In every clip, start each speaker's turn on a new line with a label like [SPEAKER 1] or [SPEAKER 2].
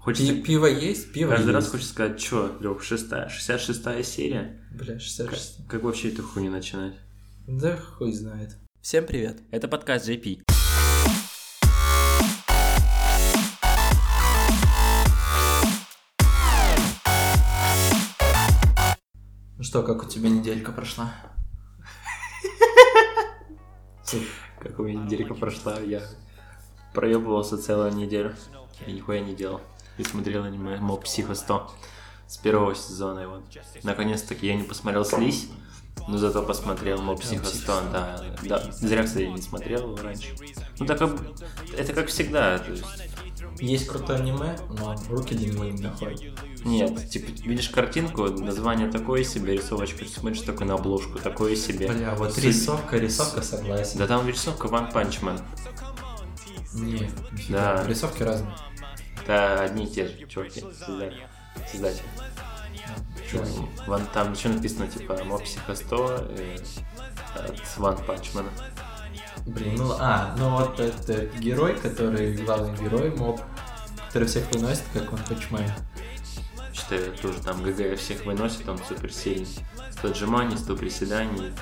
[SPEAKER 1] Хочется...
[SPEAKER 2] Пи- пиво есть, пиво
[SPEAKER 1] Каждый
[SPEAKER 2] есть.
[SPEAKER 1] раз хочется сказать, что, Лёх, шестая, 66 серия?
[SPEAKER 2] Бля, 66.
[SPEAKER 1] Как вообще эту хуйню начинать?
[SPEAKER 2] Да хуй знает.
[SPEAKER 3] Всем привет.
[SPEAKER 1] Это подкаст JP.
[SPEAKER 2] Ну что, как у тебя неделька прошла? Ты-
[SPEAKER 1] Как у меня неделька прошла, я проебывался целую неделю. И нихуя не делал. И смотрел аниме Моб Психо 100 с первого сезона его. Наконец-таки я не посмотрел Слизь, но зато посмотрел Моб Психо 100, да, да. Зря, кстати, не смотрел его раньше. Ну так как- это как всегда, то есть
[SPEAKER 2] Есть крутое аниме, но руки длинные не доходят.
[SPEAKER 1] Нет, типа, видишь картинку, название такое себе, рисовочку, смотришь только на обложку, такое себе.
[SPEAKER 2] Бля, вот
[SPEAKER 1] А Суть-
[SPEAKER 2] рисовка, рисовка согласен.
[SPEAKER 1] Да там рисовка One Punch Man.
[SPEAKER 2] Не,
[SPEAKER 1] Да.
[SPEAKER 2] нифига, рисовки разные.
[SPEAKER 1] Это одни и те же чуваки, созда- создатели.
[SPEAKER 2] Чё,
[SPEAKER 1] Вон там еще написано, типа, Мопсиха 100 э, от One Punch Man.
[SPEAKER 2] Блин, ну а, ну вот это герой, который главный герой моб, который всех выносит, как он почмай.
[SPEAKER 1] Что тоже там ГГ всех выносит, он супер сильный. 100 отжиманий, 100 приседаний,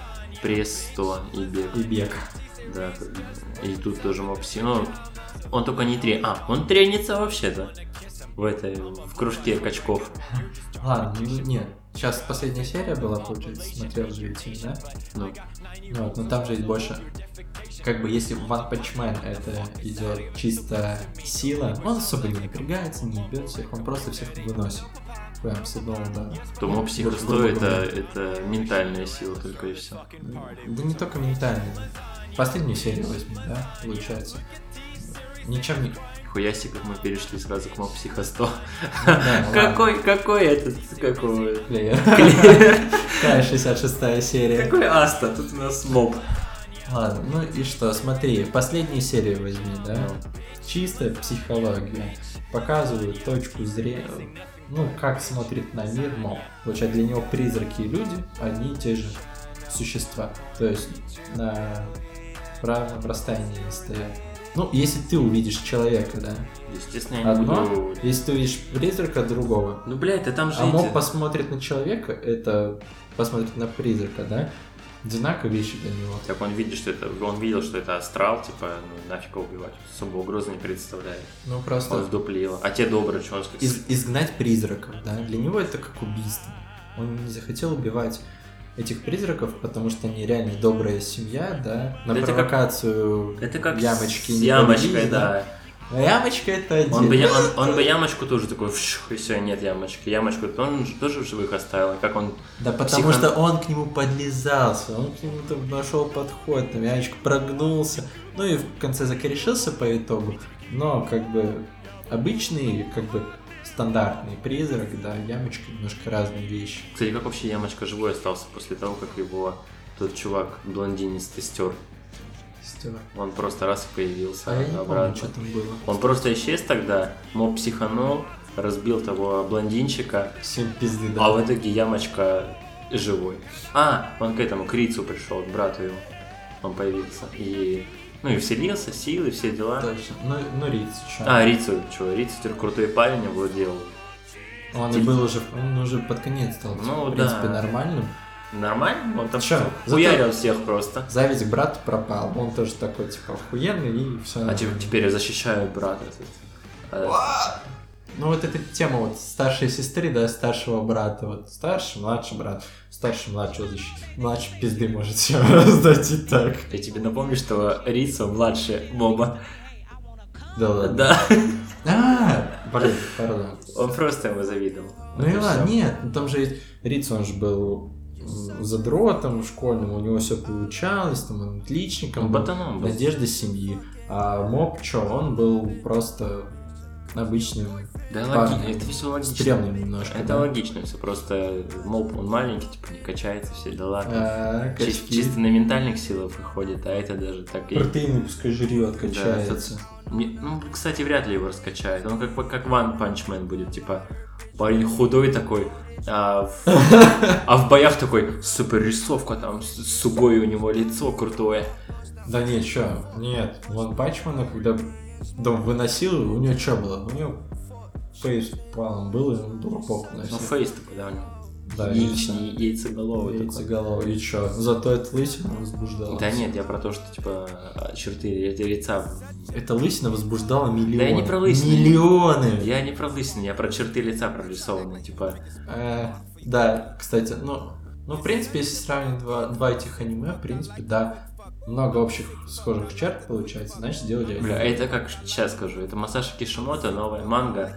[SPEAKER 1] пресс 100 и бег.
[SPEAKER 2] И бег.
[SPEAKER 1] Да, и тут тоже мопси. Ну, он только не три. А, он тренится вообще-то. В этой, в кружке качков.
[SPEAKER 2] Ладно, ну, не, сейчас последняя серия была, получается, смотрел же YouTube, да?
[SPEAKER 1] Ну,
[SPEAKER 2] Ну вот, но там же есть больше. Как бы если в One Punch Man это идет чисто сила, он особо не напрягается, не бьет всех, он просто всех выносит. Прям с одного, да.
[SPEAKER 1] то мопси
[SPEAKER 2] Грубо
[SPEAKER 1] что это,
[SPEAKER 2] говоря.
[SPEAKER 1] это ментальная сила только и все.
[SPEAKER 2] Да не только ментально. Последнюю серию возьми, да, получается. Ничем не...
[SPEAKER 1] Хуяси, как мы перешли сразу к мопси 100.
[SPEAKER 2] Да, ладно.
[SPEAKER 1] Какой, какой этот, какой?
[SPEAKER 2] Клеер. Да, 66 серия.
[SPEAKER 1] Какой Аста, тут у нас моб.
[SPEAKER 2] Ладно, ну и что, смотри, последнюю серию возьми, да?
[SPEAKER 1] Ну,
[SPEAKER 2] Чистая психология. Показывают точку зрения, ну, как смотрит на мир моб. Получается, для него призраки и люди одни и те же существа. То есть на равном расстоянии не стоят. Ну, если ты увидишь человека, да,
[SPEAKER 1] Естественно, я не
[SPEAKER 2] одно,
[SPEAKER 1] буду...
[SPEAKER 2] если ты увидишь призрака другого,
[SPEAKER 1] Ну, блядь, да там же
[SPEAKER 2] а моб
[SPEAKER 1] эти-
[SPEAKER 2] посмотрит на человека, это посмотрит на призрака, да? Одинаковые вещи для него.
[SPEAKER 1] Так он видит, что это... Он видел, что это астрал, типа, ну, нафиг его убивать. Особо угрозы не представляет.
[SPEAKER 2] Ну
[SPEAKER 1] Он
[SPEAKER 2] просто
[SPEAKER 1] вдуплил. А те добрые, что он как...
[SPEAKER 2] из- изгнать призраков, да? Для него это как убийство. Он не захотел убивать этих призраков, потому что они реально добрая семья, да? На
[SPEAKER 1] Да это как-
[SPEAKER 2] провокацию
[SPEAKER 1] Это как
[SPEAKER 2] ямочки.
[SPEAKER 1] с
[SPEAKER 2] не
[SPEAKER 1] ямочкой,
[SPEAKER 2] повели,
[SPEAKER 1] да.
[SPEAKER 2] А Ямочка это один.
[SPEAKER 1] Он бы, я- он, он бы ямочку тоже такой, «Вшух, и все, нет ямочки. Ямочку он же тоже в живых оставил. И Как он...
[SPEAKER 2] Да потому
[SPEAKER 1] психо-
[SPEAKER 2] что он к нему подлизался, он к нему там нашел подход, там ямочка прогнулся, ну и в конце закорешился по итогу. Но как бы обычный, как бы стандартный призрак, да, ямочка немножко разные вещи.
[SPEAKER 1] Кстати, как вообще ямочка живой остался после того, как его тот чувак блондинистый стер?
[SPEAKER 2] Стёр.
[SPEAKER 1] Он просто раз и появился
[SPEAKER 2] А я не помню,
[SPEAKER 1] обратно.
[SPEAKER 2] что там было.
[SPEAKER 1] Он просто исчез тогда, моб психанул, разбил того блондинчика,
[SPEAKER 2] Всем пизды,
[SPEAKER 1] а
[SPEAKER 2] да.
[SPEAKER 1] в итоге ямочка живой. А, он к этому, к Рицу пришел, к брату его. Он появился. И, ну и вселился, силы, все дела.
[SPEAKER 2] Точно. Ну, ну Риц еще.
[SPEAKER 1] А, Рицу, что, Рицу теперь крутой парень овладел.
[SPEAKER 2] Ну, он и был уже, он уже под конец стал, типа,
[SPEAKER 1] Ну,
[SPEAKER 2] в принципе,
[SPEAKER 1] да.
[SPEAKER 2] нормальным.
[SPEAKER 1] Нормально? Он там
[SPEAKER 2] Чё,
[SPEAKER 1] хуярил всех просто.
[SPEAKER 2] Зависть к брату пропал, он тоже такой, типа, охуенный и все.
[SPEAKER 1] А типа, теперь я защищаю брата. этот. А,
[SPEAKER 2] Ну вот эта тема вот старшей сестры, да, старшего брата, вот старший, младший брат, старший, младшего защитить, младший пизды может всем раздать и так.
[SPEAKER 1] Я тебе напомню, что Рицу младше Моба.
[SPEAKER 2] Да ладно.
[SPEAKER 1] Да.
[SPEAKER 2] А, блин, пардон.
[SPEAKER 1] Он просто ему завидовал.
[SPEAKER 2] Ну
[SPEAKER 1] Это
[SPEAKER 2] и ладно,
[SPEAKER 1] всё.
[SPEAKER 2] нет, ну там же ведь Риц, он же был м, задротом школьным, у него все получалось, там он
[SPEAKER 1] Он
[SPEAKER 2] отличником, был,
[SPEAKER 1] ботаном Ну, был.
[SPEAKER 2] надежда семьи. А моб, чё, он был просто обычным,
[SPEAKER 1] Да
[SPEAKER 2] парень.
[SPEAKER 1] логично, это все логично.
[SPEAKER 2] стрёмным немножко.
[SPEAKER 1] Это
[SPEAKER 2] да.
[SPEAKER 1] логично, все просто моб, он маленький, типа не качается, все дела.
[SPEAKER 2] А,
[SPEAKER 1] Чис-
[SPEAKER 2] качки.
[SPEAKER 1] Чисто на ментальных силах выходит, а это даже так и...
[SPEAKER 2] Протеины пускай жрет, качается.
[SPEAKER 1] Не- ну, кстати, вряд ли его раскачает. Он как, как One Punch Man будет, типа, парень худой такой, а в, а в боях такой, супер рисовка там, с- сугой у него лицо крутое.
[SPEAKER 2] Да не, чё, нет, Вон Пачмана, когда дом выносил, у него что было? У него Фейс, по-моему, был, и он дураков на
[SPEAKER 1] Ну,
[SPEAKER 2] всех.
[SPEAKER 1] фейс ты подавно.
[SPEAKER 2] Да,
[SPEAKER 1] Яичный, яйцеголовый такой.
[SPEAKER 2] Яйцеголовый, и чё? Зато это лысина возбуждала.
[SPEAKER 1] Да нет, я про то, что типа черты лица.
[SPEAKER 2] Это лысина возбуждала миллионы.
[SPEAKER 1] Да я не про лысину.
[SPEAKER 2] Миллионы!
[SPEAKER 1] Я не про лысину, я про черты лица прорисованные, типа.
[SPEAKER 2] Э, да, кстати, ну, ну, в принципе, если сравнить два, два этих аниме, в принципе, да, много общих схожих черт получается, значит, сделали...
[SPEAKER 1] Бля, это как сейчас скажу, это Масаша Кишимото, новая манга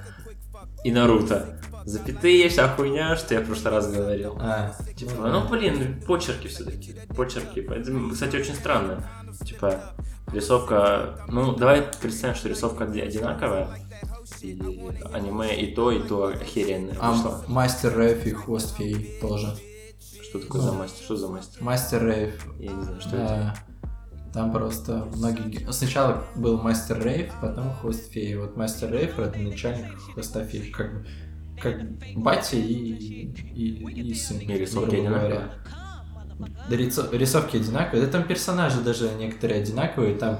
[SPEAKER 1] и Наруто. Запятые, вся хуйня, что я в прошлый раз говорил.
[SPEAKER 2] А,
[SPEAKER 1] Типа,
[SPEAKER 2] да.
[SPEAKER 1] ну блин, почерки все-таки. Почерки. Поэтому, кстати, очень странно. Типа, рисовка. Ну, давай представим, что рисовка оди- одинаковая. И аниме и то, и то охеренное.
[SPEAKER 2] А
[SPEAKER 1] вышло.
[SPEAKER 2] мастер Рэйф и хвост феи тоже.
[SPEAKER 1] Что такое
[SPEAKER 2] ну.
[SPEAKER 1] за мастер? Что за мастер?
[SPEAKER 2] Мастер Рэйф.
[SPEAKER 1] Я не знаю, что это.
[SPEAKER 2] Да. Там просто многие... ге- Сначала был мастер Рейв, потом хвост феи. Вот мастер Рейв это начальник хвоста феи, как бы как батя и, и, и сын.
[SPEAKER 1] И рисунки
[SPEAKER 2] грубо говоря.
[SPEAKER 1] одинаковые?
[SPEAKER 2] Да, рисо- рисовки одинаковые. Да там персонажи даже некоторые одинаковые. Там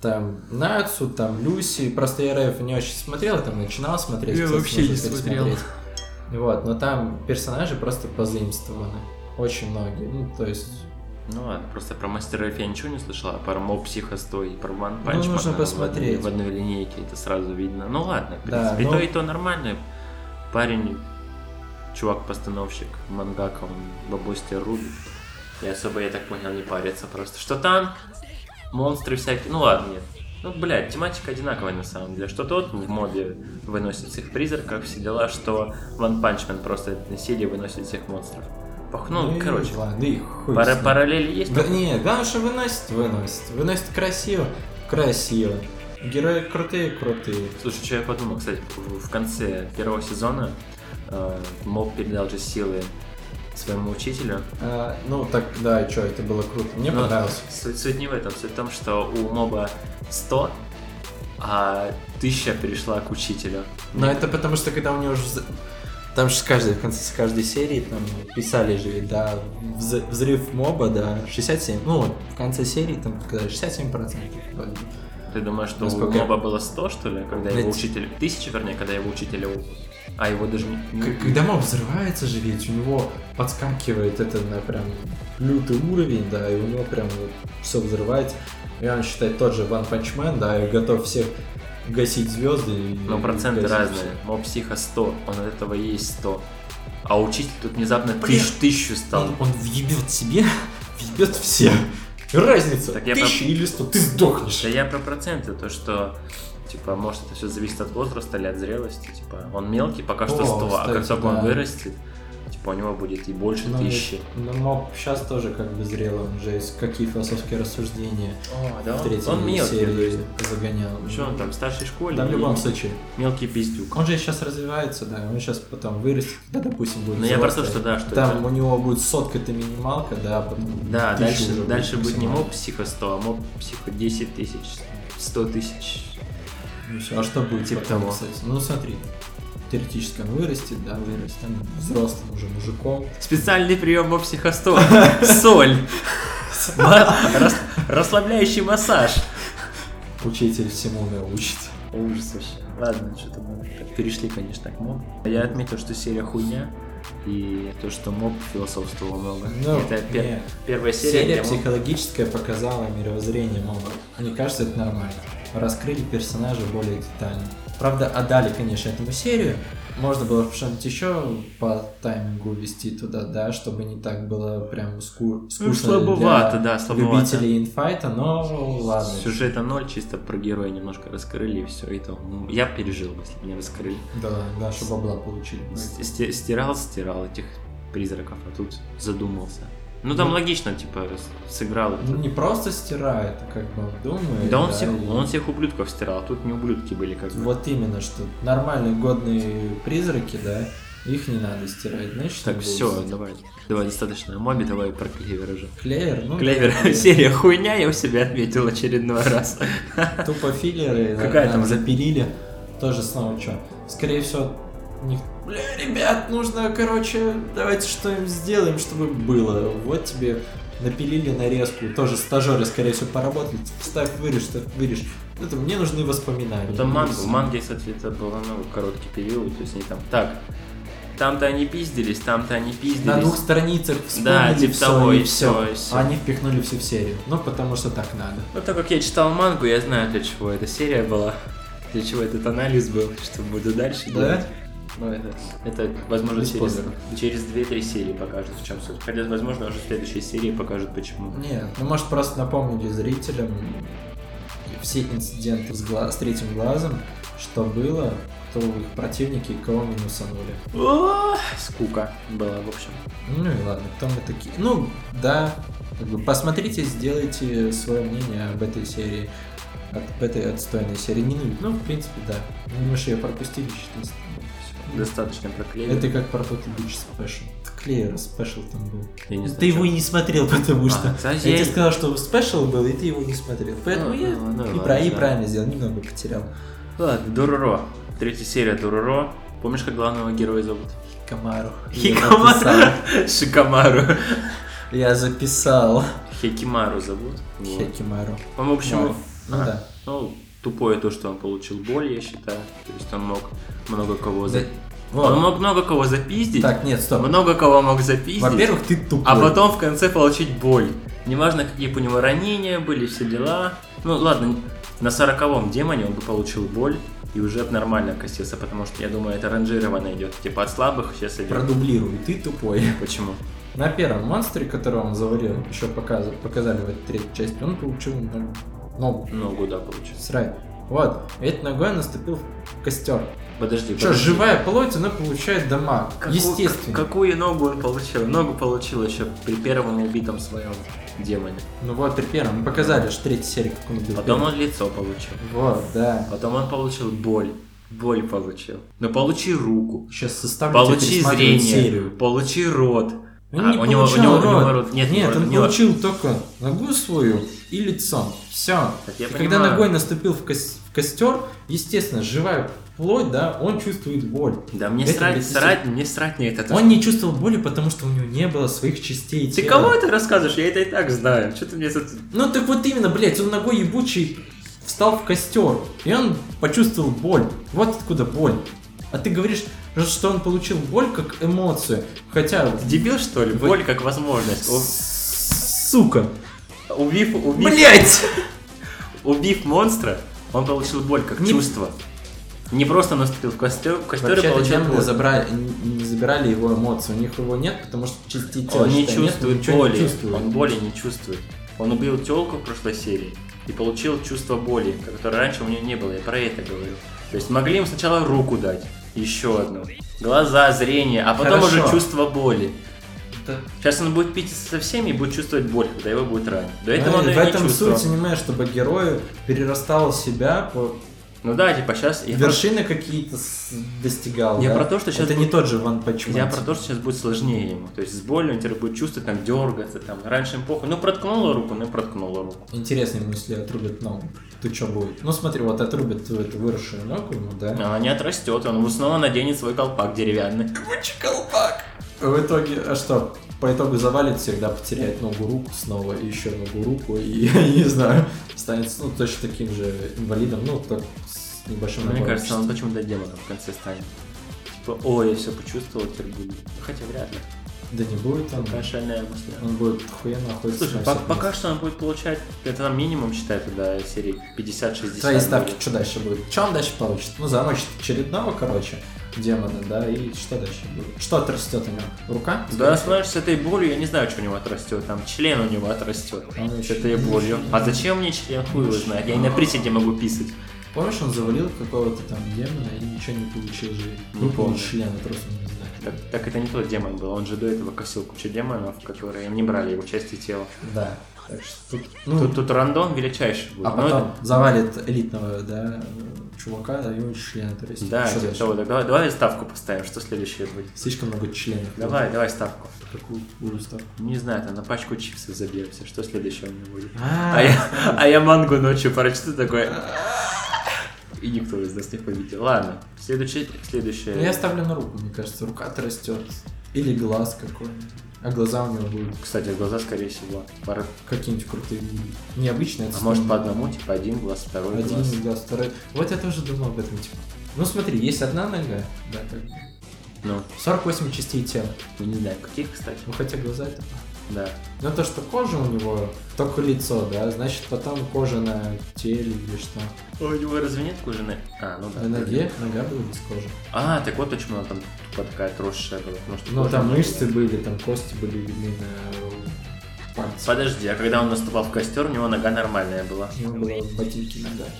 [SPEAKER 2] там Нацу, там Люси. Просто я Рейв не очень смотрел, там начинал смотреть.
[SPEAKER 1] Я
[SPEAKER 2] кстати,
[SPEAKER 1] вообще
[SPEAKER 2] нужно
[SPEAKER 1] не смотрел.
[SPEAKER 2] пересмотреть. Вот, но там персонажи просто позаимствованы. Очень многие. Ну, то есть
[SPEAKER 1] Ну ладно, просто про мастера Эф я ничего не слышал, а про Моб Психо 100 и про Ван
[SPEAKER 2] Ну,
[SPEAKER 1] Панч
[SPEAKER 2] нужно
[SPEAKER 1] Man, наверное,
[SPEAKER 2] посмотреть.
[SPEAKER 1] В одной, в одной линейке это сразу видно. Ну ладно, в
[SPEAKER 2] Да,
[SPEAKER 1] принципе, и
[SPEAKER 2] ну-
[SPEAKER 1] то и то нормально. Парень, чувак-постановщик, мангака, он бабусь тебя рубит. И особо, я так понял, не парится просто. Что танк, монстры всякие, ну ладно, нет. Ну, блядь, тематика одинаковая на самом деле. Что тот в мобе выносит всех призраков, все дела, что Ван Панчмен просто на силе выносит всех монстров. Пох- Ну,
[SPEAKER 2] и
[SPEAKER 1] короче,
[SPEAKER 2] ладно, и хуй
[SPEAKER 1] пара-
[SPEAKER 2] с ним.
[SPEAKER 1] параллели есть?
[SPEAKER 2] Да не, главное, что выносит, выносит. Выносит красиво, красиво. Герои крутые, крутые.
[SPEAKER 1] Слушай, что я подумал, кстати, в в конце первого сезона э, Моб передал же силы своему учителю.
[SPEAKER 2] А, ну так, да, что, это было круто. Мне
[SPEAKER 1] Но
[SPEAKER 2] понравилось.
[SPEAKER 1] Суть, суть не в этом, суть в том, что у Моба 100, а 1000 перешла к учителю.
[SPEAKER 2] Но это потому, что когда у него уже... вз- Там же с каждой, в конце каждой серии там писали же, да, вз- взрыв моба, да, 67. Ну, вот в конце серии там сказали 67%. вроде бы.
[SPEAKER 1] Ты думаешь, что
[SPEAKER 2] Насколько
[SPEAKER 1] у
[SPEAKER 2] я-
[SPEAKER 1] Моба было 100, что ли, когда его
[SPEAKER 2] Блядь.
[SPEAKER 1] учитель... 1000, вернее, когда его учителя... у- А его даже не...
[SPEAKER 2] К- Когда моб взрывается же ведь, у него подскакивает это на прям лютый уровень, да, и у него прям все взрывается. И он считает тот же One Punch Man, да, и готов всех гасить звезды. и-
[SPEAKER 1] Но проценты
[SPEAKER 2] гасить
[SPEAKER 1] разные. Моб психо 100, он от этого и есть 100. А учитель тут внезапно тысяч, тысячу
[SPEAKER 2] всё.
[SPEAKER 1] стал.
[SPEAKER 2] Он, он въебет себе, въебет всем. Разница,
[SPEAKER 1] Так я
[SPEAKER 2] тысяча или сто, ты сдохнешь.
[SPEAKER 1] Да я про проценты, то что, типа, может это все зависит от возраста или от зрелости, типа, он мелкий, пока что
[SPEAKER 2] О,
[SPEAKER 1] 100, а как
[SPEAKER 2] кстати,
[SPEAKER 1] только он
[SPEAKER 2] да.
[SPEAKER 1] вырастет, типа, у него будет и больше
[SPEAKER 2] Ну,
[SPEAKER 1] тысячи.
[SPEAKER 2] Ну, моб сейчас тоже как бы зрелый, он же есть какие философские рассуждения
[SPEAKER 1] О,
[SPEAKER 2] в третьей
[SPEAKER 1] он мелкий, то
[SPEAKER 2] серии
[SPEAKER 1] есть,
[SPEAKER 2] загонял.
[SPEAKER 1] Чё он там, в старшей школе?
[SPEAKER 2] Да, в
[SPEAKER 1] и
[SPEAKER 2] любом случае.
[SPEAKER 1] Мелкий пиздюк.
[SPEAKER 2] Он же сейчас развивается, да, он сейчас потом вырастет, да, допустим, будет
[SPEAKER 1] Но я про то,
[SPEAKER 2] взрослый.
[SPEAKER 1] что да, что
[SPEAKER 2] Ну, Там
[SPEAKER 1] это-
[SPEAKER 2] у него будет сотка, это минималка, да, а потом
[SPEAKER 1] Да,
[SPEAKER 2] тысяча
[SPEAKER 1] дальше,
[SPEAKER 2] уже будет
[SPEAKER 1] дальше будет не
[SPEAKER 2] максимально.
[SPEAKER 1] моб психо 100, а моб психо 10 тысяч, 100 тысяч.
[SPEAKER 2] Ну, всё. А что будет
[SPEAKER 1] Типа
[SPEAKER 2] типа потом,
[SPEAKER 1] того.
[SPEAKER 2] кстати? Ну, смотри, теоретически он вырастет, да, вырастет, он взрослым уже мужиком.
[SPEAKER 1] Специальный прием моб психо 100. Соль. Рас- Расслабляющий массаж.
[SPEAKER 2] Учитель всему научит.
[SPEAKER 1] Ужас вообще. Ладно, что-то мы так перешли, конечно, к моб. Я отметил, что серия хуйня, и то, что моб философствовал много.
[SPEAKER 2] Ну,
[SPEAKER 1] это пер-
[SPEAKER 2] не.
[SPEAKER 1] первая серия,
[SPEAKER 2] Серия
[SPEAKER 1] где моб-
[SPEAKER 2] психологическая показала мировоззрение моба. Мне кажется, это нормально. Раскрыли персонажа более детально. Правда, отдали, конечно, этому серию. Можно было что-нибудь еще по таймингу вести туда, да, чтобы не так было прям ску- скучно
[SPEAKER 1] Ну, слабовато,
[SPEAKER 2] для
[SPEAKER 1] да, слабовато.
[SPEAKER 2] любителей инфайта, но ладно.
[SPEAKER 1] Сюжета ноль, чисто про героя немножко раскрыли, и все. И то ну, я пережил, если бы не раскрыли.
[SPEAKER 2] Да, да, чтобы бабла получили.
[SPEAKER 1] С- сте- Стирал, стирал этих призраков, а тут задумался. Ну там
[SPEAKER 2] Ну.
[SPEAKER 1] логично, типа, с- сыграл.
[SPEAKER 2] Ну,
[SPEAKER 1] этот-
[SPEAKER 2] не просто стирает, а как бы он думает.
[SPEAKER 1] Да он
[SPEAKER 2] да,
[SPEAKER 1] всех,
[SPEAKER 2] и-
[SPEAKER 1] он всех ублюдков стирал, а тут не ублюдки были как бы.
[SPEAKER 2] Вот именно, что нормальные годные призраки, да, их не надо стирать, значит,
[SPEAKER 1] Так,
[SPEAKER 2] они
[SPEAKER 1] все,
[SPEAKER 2] будут.
[SPEAKER 1] давай. Давай, достаточно о мобе, давай про клевер уже.
[SPEAKER 2] Клевер, ну,
[SPEAKER 1] Клевер, серия хуйня, я у себя отметил очередной раз.
[SPEAKER 2] тупо филлеры. да,
[SPEAKER 1] Какая
[SPEAKER 2] нам
[SPEAKER 1] там?
[SPEAKER 2] запилили? Тоже снова что? Скорее всего, у них, бля, ребят, нужно, короче, давайте что-нибудь сделаем, чтобы было. Вот тебе напилили нарезку, тоже стажеры, скорее всего, поработали. Вставь, вырежь, вставь, вырежь. Это мне нужны воспоминания.
[SPEAKER 1] Ну, там манга.
[SPEAKER 2] И
[SPEAKER 1] В
[SPEAKER 2] всё.
[SPEAKER 1] манге, кстати, это было ну, короткий период, то есть они там так. Там-то они пиздились, там-то они пиздились.
[SPEAKER 2] На двух страницах
[SPEAKER 1] Да, ну
[SPEAKER 2] вспомнили
[SPEAKER 1] типа
[SPEAKER 2] всё,
[SPEAKER 1] того, и
[SPEAKER 2] и все.
[SPEAKER 1] всё, и всё.
[SPEAKER 2] А они впихнули всю серию. Ну, потому что так надо.
[SPEAKER 1] Ну, так как я читал мангу, я знаю, для чего эта серия была, для чего этот анализ был, что буду дальше
[SPEAKER 2] Да?
[SPEAKER 1] делать. Ну, это, это, возможно,
[SPEAKER 2] Без
[SPEAKER 1] через,
[SPEAKER 2] спойлеров.
[SPEAKER 1] через 2-3 серии покажут, в чем суть. Хотя, возможно, уже в следующей серии покажут, почему.
[SPEAKER 2] Нет, ну может просто напомнили зрителям все инциденты с, гла- с третьим глазом, что было, кто их противники и кого мы минусанули.
[SPEAKER 1] О, Скука была, в общем.
[SPEAKER 2] Ну и ладно, кто мы такие. Ну, да, как бы посмотрите, сделайте свое мнение об этой серии, об этой отстойной серии. Не, ну, ну, в принципе, да. Ну, мы же ее пропустили, считай, с- всё.
[SPEAKER 1] Достаточно проклеили.
[SPEAKER 2] Это как пропустил Бич Спешл. Клеер Спешл там был.
[SPEAKER 1] Я не знаю,
[SPEAKER 2] Ты его
[SPEAKER 1] чё.
[SPEAKER 2] и не смотрел, потому что...
[SPEAKER 1] А, кстати,
[SPEAKER 2] Я
[SPEAKER 1] я-
[SPEAKER 2] тебе сказал, что спешл был, и ты его не смотрел. Поэтому
[SPEAKER 1] Ну,
[SPEAKER 2] я
[SPEAKER 1] ну, ну,
[SPEAKER 2] и,
[SPEAKER 1] ладно,
[SPEAKER 2] прав- и
[SPEAKER 1] да.
[SPEAKER 2] правильно сделал, немного потерял.
[SPEAKER 1] Ладно, Дуруро. Третья серия Дуруро. Помнишь, как главного героя зовут?
[SPEAKER 2] Хикамару. Я записал.
[SPEAKER 1] Хикамару. Шикамару.
[SPEAKER 2] Я записал
[SPEAKER 1] Хикимару зовут. Вот.
[SPEAKER 2] Хикимару.
[SPEAKER 1] Он, в общем,
[SPEAKER 2] Ну, ну
[SPEAKER 1] а,
[SPEAKER 2] да.
[SPEAKER 1] ну, тупое то, что он получил боль, я считаю. То есть он мог много кого за...
[SPEAKER 2] Да,
[SPEAKER 1] Он
[SPEAKER 2] вот.
[SPEAKER 1] мог много кого запиздить.
[SPEAKER 2] Так, нет, стоп.
[SPEAKER 1] Много кого мог запиздить.
[SPEAKER 2] Во-первых, ты тупой.
[SPEAKER 1] а потом в конце получить боль. Неважно, какие у него ранения были, все дела. Ну ладно, на сороковом демоне он бы получил боль и уже б нормально косился, потому что я думаю, это ранжированно идет. Типа от слабых сейчас идет.
[SPEAKER 2] Продублируй, ты тупой.
[SPEAKER 1] Почему?
[SPEAKER 2] На первом монстре, которого он заварил, еще показали, показали в этой третьей части, он получил ну, ногу.
[SPEAKER 1] Ногу, да, получится.
[SPEAKER 2] Срай. Вот. Этой ногой наступил в костер.
[SPEAKER 1] Подожди,
[SPEAKER 2] Че,
[SPEAKER 1] подожди.
[SPEAKER 2] живая плоть, она получает дамаг.
[SPEAKER 1] Какую-
[SPEAKER 2] Естественно.
[SPEAKER 1] Какую ногу он получил? Ногу получил еще при первом убитом своем демоне.
[SPEAKER 2] Ну вот, при первом мы показали, что третья серия, как он был.
[SPEAKER 1] Потом он лицо получил.
[SPEAKER 2] Вот, да.
[SPEAKER 1] Потом он получил боль. Боль получил. Но получи руку.
[SPEAKER 2] Сейчас составлю
[SPEAKER 1] Получи
[SPEAKER 2] тебе пересматривать
[SPEAKER 1] зрение.
[SPEAKER 2] серию.
[SPEAKER 1] Получи рот.
[SPEAKER 2] Он
[SPEAKER 1] А,
[SPEAKER 2] не
[SPEAKER 1] у него- у
[SPEAKER 2] получал
[SPEAKER 1] него- у
[SPEAKER 2] рот.
[SPEAKER 1] него рот- нет,
[SPEAKER 2] Нет,
[SPEAKER 1] у него-
[SPEAKER 2] он
[SPEAKER 1] у него-
[SPEAKER 2] получил только ногу свою и лицо. Все.
[SPEAKER 1] Так я
[SPEAKER 2] и когда
[SPEAKER 1] понимаю.
[SPEAKER 2] ногой наступил в, кос- в костер, естественно, живая плоть, да, он чувствует боль.
[SPEAKER 1] Да мне
[SPEAKER 2] Это
[SPEAKER 1] срать,
[SPEAKER 2] без-
[SPEAKER 1] срать, мне срать на это.
[SPEAKER 2] Он не чувствовал боли, потому что у него не было своих частей
[SPEAKER 1] Ты
[SPEAKER 2] тела.
[SPEAKER 1] кому это рассказываешь? Я это и так знаю. Что ты мне тут...
[SPEAKER 2] Ну так вот именно, блядь, он ногой ебучий встал в костер, и он почувствовал боль. Вот откуда боль. А ты говоришь, что он получил боль как эмоцию, хотя...
[SPEAKER 1] Ты дебил, что ли?
[SPEAKER 2] Вы-
[SPEAKER 1] Боль как возможность. У-
[SPEAKER 2] Сука!
[SPEAKER 1] Убив, убив,
[SPEAKER 2] Блять!
[SPEAKER 1] убив монстра, он получил боль как
[SPEAKER 2] Не-
[SPEAKER 1] чувство. Не просто наступил в костер, в костер и
[SPEAKER 2] Вообще-то
[SPEAKER 1] получил
[SPEAKER 2] демоны
[SPEAKER 1] боль.
[SPEAKER 2] забрали, не не забирали его эмоции, у них его нет, потому что частей тела
[SPEAKER 1] Он не
[SPEAKER 2] считай, нет,
[SPEAKER 1] чувствует
[SPEAKER 2] ничего не
[SPEAKER 1] боли.
[SPEAKER 2] чувствует.
[SPEAKER 1] Он боли не чувствует. Он убил телку в прошлой серии и получил чувство боли, которое раньше у него не было. Я про это говорю. То есть могли им сначала руку дать, еще одну. Глаза, зрение, а потом
[SPEAKER 2] Хорошо.
[SPEAKER 1] уже чувство боли.
[SPEAKER 2] Да.
[SPEAKER 1] Сейчас он будет пить со всеми и будет чувствовать боль, когда его будет ранить. До
[SPEAKER 2] Ну,
[SPEAKER 1] этого он
[SPEAKER 2] и
[SPEAKER 1] ее
[SPEAKER 2] в этом
[SPEAKER 1] не чувствовал.
[SPEAKER 2] суть аниме, чтобы герою перерастал себя, по-
[SPEAKER 1] Ну да, типа сейчас... Я,
[SPEAKER 2] вершины какие-то с- достигал.
[SPEAKER 1] Я
[SPEAKER 2] да?
[SPEAKER 1] про то, что щас
[SPEAKER 2] Это не
[SPEAKER 1] будет-
[SPEAKER 2] тот же Ван Панчмен.
[SPEAKER 1] я про то, что сейчас будет сложнее ему. То есть с болью он теперь будет чувствовать, там, дергаться, там, раньше им похуй. Ну, проткнула руку, ну, и проткнула руку.
[SPEAKER 2] Интересно ему, если отрубят ногу. Ты что будет? Ну смотри, вот отрубят твою эту выросшую ногу ему, да?
[SPEAKER 1] Она не отрастет, он снова наденет свой колпак деревянный.
[SPEAKER 2] Куча колпак! В итоге, а что? По итогу завалит всегда, потеряет ногу руку снова, и еще ногу руку, и я не знаю, станет ну, точно таким же инвалидом, ну, так с небольшим
[SPEAKER 1] Мне
[SPEAKER 2] набором
[SPEAKER 1] кажется,
[SPEAKER 2] частей.
[SPEAKER 1] он почему-то демоном в конце станет. Типа, о, я все почувствовал, теперь буду. Хотя вряд ли.
[SPEAKER 2] Да не будет он.
[SPEAKER 1] Такая шальная мысль.
[SPEAKER 2] Он будет хуяно находиться.
[SPEAKER 1] Слушай, по- пока что он будет получать, это там минимум, считай, тогда серии 50-60.
[SPEAKER 2] Твои ставки, что дальше будет? Что он дальше получит? Ну, замочит очередного, короче, демона, да, и что дальше будет? Что отрастет у него? Рука?
[SPEAKER 1] Да, знаешь, с этой болью я не знаю, что у него отрастет. Там член у него отрастет.
[SPEAKER 2] Он
[SPEAKER 1] С
[SPEAKER 2] еще-
[SPEAKER 1] этой болью. А зачем мне член? Хуй его знает. Я и на приседе могу писать.
[SPEAKER 2] Помнишь, он завалил какого-то там демона и ничего не получил Ну, же.
[SPEAKER 1] Не помню.
[SPEAKER 2] члена, просто не знаю.
[SPEAKER 1] Так, так это не тот демон был. Он же до этого косил кучу демонов, которые не брали его части тела.
[SPEAKER 2] Да. Так что тут, ну,
[SPEAKER 1] Тут, тут рандом величайший был.
[SPEAKER 2] а
[SPEAKER 1] Но
[SPEAKER 2] потом
[SPEAKER 1] это-
[SPEAKER 2] завалит элитного, да, чувака, да, и у него член, то есть.
[SPEAKER 1] Да,
[SPEAKER 2] что
[SPEAKER 1] типа
[SPEAKER 2] дальше?
[SPEAKER 1] того. Так давай, давай ставку поставим, что следующее будет.
[SPEAKER 2] Слишком много членов.
[SPEAKER 1] Давай, давай ставку.
[SPEAKER 2] Какую какую ставку?
[SPEAKER 1] Не знаю, там на пачку чипсов забьемся. Что следующее у меня будет?
[SPEAKER 2] А,
[SPEAKER 1] А я, а я мангу ночью прочту такой. И никто из нас не победил. Ладно, следующее.
[SPEAKER 2] Ну, я
[SPEAKER 1] следующее.
[SPEAKER 2] ставлю на руку, мне кажется, рука отрастет. Или глаз какой-нибудь. А глаза у него будут
[SPEAKER 1] Кстати, глаза, скорее всего, пара.
[SPEAKER 2] какие-нибудь крутые. Необычные.
[SPEAKER 1] А может по одному, типа один глаз, второй
[SPEAKER 2] Один
[SPEAKER 1] глаз.
[SPEAKER 2] глаз, второй. Вот я тоже думал об этом, типа. Ну смотри, есть одна нога, да, как бы.
[SPEAKER 1] Ну,
[SPEAKER 2] 48 частей тела.
[SPEAKER 1] ну, не знаю, каких, кстати.
[SPEAKER 2] Ну хотя глаза это...
[SPEAKER 1] Да.
[SPEAKER 2] Ну то, что кожа у него, только лицо, да, значит потом кожа на теле или что.
[SPEAKER 1] У него разве нет кожаной? А, ну да.
[SPEAKER 2] На ноге нога была без кожи.
[SPEAKER 1] А, так вот почему она там тупо такая тросшая была. потому что
[SPEAKER 2] Ну
[SPEAKER 1] кожа
[SPEAKER 2] там
[SPEAKER 1] не
[SPEAKER 2] мышцы
[SPEAKER 1] была.
[SPEAKER 2] были, там кости были видны на пальцах.
[SPEAKER 1] Подожди, а когда он наступал в костер, у него нога нормальная была.
[SPEAKER 2] У него было ботинки нога.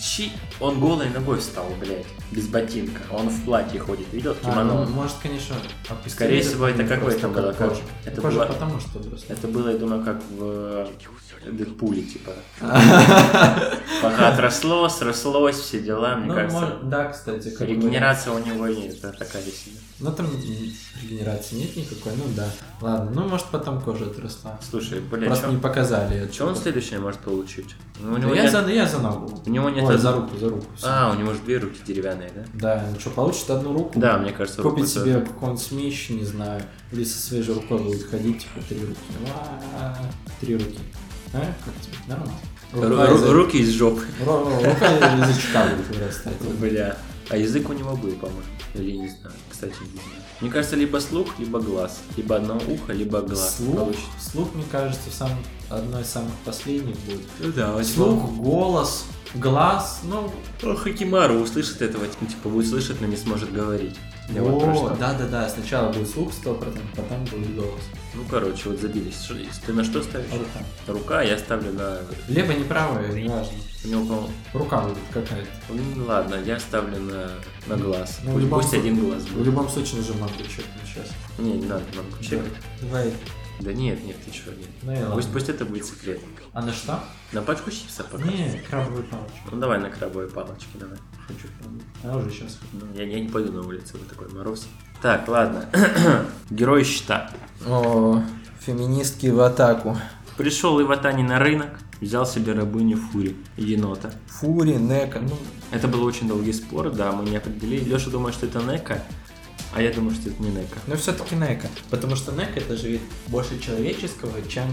[SPEAKER 1] Чи? Он голой ногой встал, блядь, без ботинка. Он в платье ходит, видел?
[SPEAKER 2] А,
[SPEAKER 1] Кимоно.
[SPEAKER 2] ну, может, конечно, опустили
[SPEAKER 1] Скорее всего, это как в
[SPEAKER 2] просто
[SPEAKER 1] этом было, как-
[SPEAKER 2] кожа.
[SPEAKER 1] это
[SPEAKER 2] кожа
[SPEAKER 1] было-
[SPEAKER 2] потому что просто.
[SPEAKER 1] Это было, я думаю, как в э, Дэдпуле, типа. Пока отросло, срослось, все дела, мне
[SPEAKER 2] А. Ну,
[SPEAKER 1] кажется.
[SPEAKER 2] может, да, кстати, как бы-
[SPEAKER 1] Регенерация у него есть, да, такая себе.
[SPEAKER 2] Ну, там м, регенерации нет никакой, ну да. Ладно, ну, может, потом кожа отросла.
[SPEAKER 1] Слушай, бля,
[SPEAKER 2] Просто не
[SPEAKER 1] что
[SPEAKER 2] показали. это.
[SPEAKER 1] он следующее может получить? Ну, у
[SPEAKER 2] Да
[SPEAKER 1] него
[SPEAKER 2] я,
[SPEAKER 1] нет-
[SPEAKER 2] за, я за ногу.
[SPEAKER 1] У него нет...
[SPEAKER 2] Ой,
[SPEAKER 1] од-
[SPEAKER 2] за руку, за руку. всё.
[SPEAKER 1] А, у него же две руки деревянные, да?
[SPEAKER 2] Да, ну что, получит одну руку?
[SPEAKER 1] Да, мне кажется, руку
[SPEAKER 2] Купит
[SPEAKER 1] за-
[SPEAKER 2] себе какой-нибудь меч, не знаю, или со свежей рукой будет ходить, типа, три руки. Ва, Три руки. А, как тебе? Нормально. Рука
[SPEAKER 1] Ру-
[SPEAKER 2] из-
[SPEAKER 1] Руки из жопы.
[SPEAKER 2] ру- рука из язычка будет вырастать.
[SPEAKER 1] Бля. А язык у него был, по-моему. Или не знаю. Кстати, не знаю. Мне кажется, либо слух, либо глаз. Либо одно ухо, либо глаз.
[SPEAKER 2] Слух,
[SPEAKER 1] получится.
[SPEAKER 2] слух, мне кажется, сам, одно из самых последних будет.
[SPEAKER 1] Ну да,
[SPEAKER 2] Слух, голос, глаз, ну,
[SPEAKER 1] О, Хакимару услышит этого, ну, типа будет слышать, но не сможет говорить. Я вот про что.
[SPEAKER 2] о, да-да-да, сначала будет слух 100%, потом будет голос.
[SPEAKER 1] Ну, короче, вот забились. Что- Ты на что ставишь?
[SPEAKER 2] Рука.
[SPEAKER 1] Рука, а я ставлю на...
[SPEAKER 2] Лево, не правое, неважно.
[SPEAKER 1] У него, по-моему,
[SPEAKER 2] Рука будет какая-то.
[SPEAKER 1] ну, ладно, я ставлю на, на глаз.
[SPEAKER 2] Ну, в
[SPEAKER 1] пусть
[SPEAKER 2] любом
[SPEAKER 1] пусть
[SPEAKER 2] случае-
[SPEAKER 1] один глаз
[SPEAKER 2] В
[SPEAKER 1] будет.
[SPEAKER 2] любом случае нажимаю ключик сейчас.
[SPEAKER 1] Не, не надо нам чекать.
[SPEAKER 2] Давай.
[SPEAKER 1] Да нет, нет, ты чего, нет.
[SPEAKER 2] Ну и ладно.
[SPEAKER 1] Пусть, пусть это будет секрет.
[SPEAKER 2] А на что?
[SPEAKER 1] На пачку чипсов пока.
[SPEAKER 2] Не, крабовую палочку.
[SPEAKER 1] Ну давай на крабовые палочки, давай.
[SPEAKER 2] Хочу крабовую. Она уже сейчас.
[SPEAKER 1] Ну, я, я не пойду на улицу, вот такой мороз. Так, ладно. Герой щита.
[SPEAKER 2] О, феминистки в атаку.
[SPEAKER 1] Пришел Иватани на рынок, взял себе рабыню Фури, енота.
[SPEAKER 2] Фури, Нека, ну...
[SPEAKER 1] Это был очень долгий спор, да, мы не определили. Леша думает, что это Нека, а я думаю, что это не Нека.
[SPEAKER 2] Но все-таки Нека. Потому что Нека это же вид больше человеческого, чем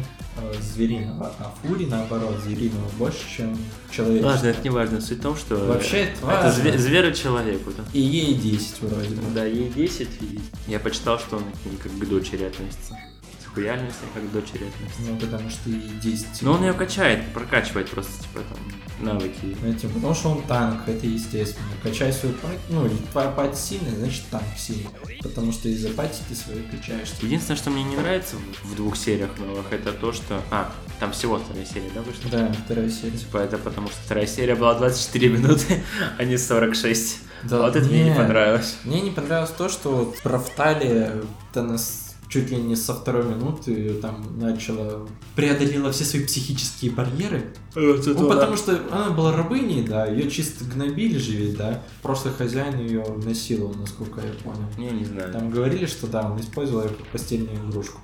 [SPEAKER 2] э, звериного. А Фури, наоборот, звериного больше, чем
[SPEAKER 1] Ладно,
[SPEAKER 2] человеческого.
[SPEAKER 1] это не важно. Суть в том, что... э,
[SPEAKER 2] Вообще это
[SPEAKER 1] это
[SPEAKER 2] важно.
[SPEAKER 1] зве- зверь и человек. вот он.
[SPEAKER 2] И ей 10 вроде бы.
[SPEAKER 1] Да, ей 10. и Я почитал, что он к ней как к дочери относится. Схуяльно, если как к дочери относится.
[SPEAKER 2] Ну, потому что ей 10.
[SPEAKER 1] Но он ее качает, прокачивает просто, типа, там, навыки.
[SPEAKER 2] Знаете, потому что он танк, это естественно. Качай свою пать, ну, и твоя пать сильная, значит танк сильный. Потому что из-за пати ты свою качаешь.
[SPEAKER 1] Единственное, что мне не нравится в- в двух сериях новых, это то, что... А, там всего вторая серия, да, вышла?
[SPEAKER 2] Да, вторая серия.
[SPEAKER 1] Типа это потому, что вторая серия была 24 минуты, а не 46.
[SPEAKER 2] Да,
[SPEAKER 1] вот это мне не
[SPEAKER 2] нет.
[SPEAKER 1] понравилось.
[SPEAKER 2] Мне не понравилось то, что вот профтали нас чуть ли не со второй минуты там начала преодолела все свои психические барьеры. Ну, потому что она была рабыней, да, ее чисто гнобили же ведь, да. Прошлый хозяин ее насиловал, насколько я понял.
[SPEAKER 1] Я не знаю.
[SPEAKER 2] Там говорили, что да, он использовал ее как постельную игрушку.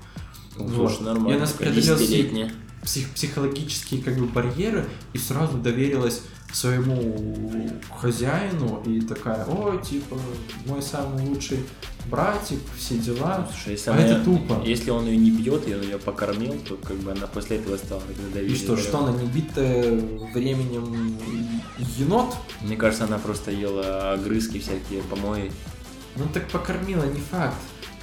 [SPEAKER 1] Ну,
[SPEAKER 2] вот.
[SPEAKER 1] Слушай,
[SPEAKER 2] И
[SPEAKER 1] нормально.
[SPEAKER 2] она
[SPEAKER 1] такая
[SPEAKER 2] спряталась-
[SPEAKER 1] 10-летняя.
[SPEAKER 2] псих- психологические как бы барьеры и сразу доверилась своему хозяину и такая, о, типа, мой самый лучший братик, все дела.
[SPEAKER 1] Слушай, если
[SPEAKER 2] А
[SPEAKER 1] она-
[SPEAKER 2] это тупо.
[SPEAKER 1] Если он ее не бьет, и он ее покормил, то как бы она после этого стала
[SPEAKER 2] И
[SPEAKER 1] доверительной.
[SPEAKER 2] что, что она не бита временем енот?
[SPEAKER 1] Мне кажется, она просто ела огрызки всякие, помои.
[SPEAKER 2] Ну так покормила, не факт.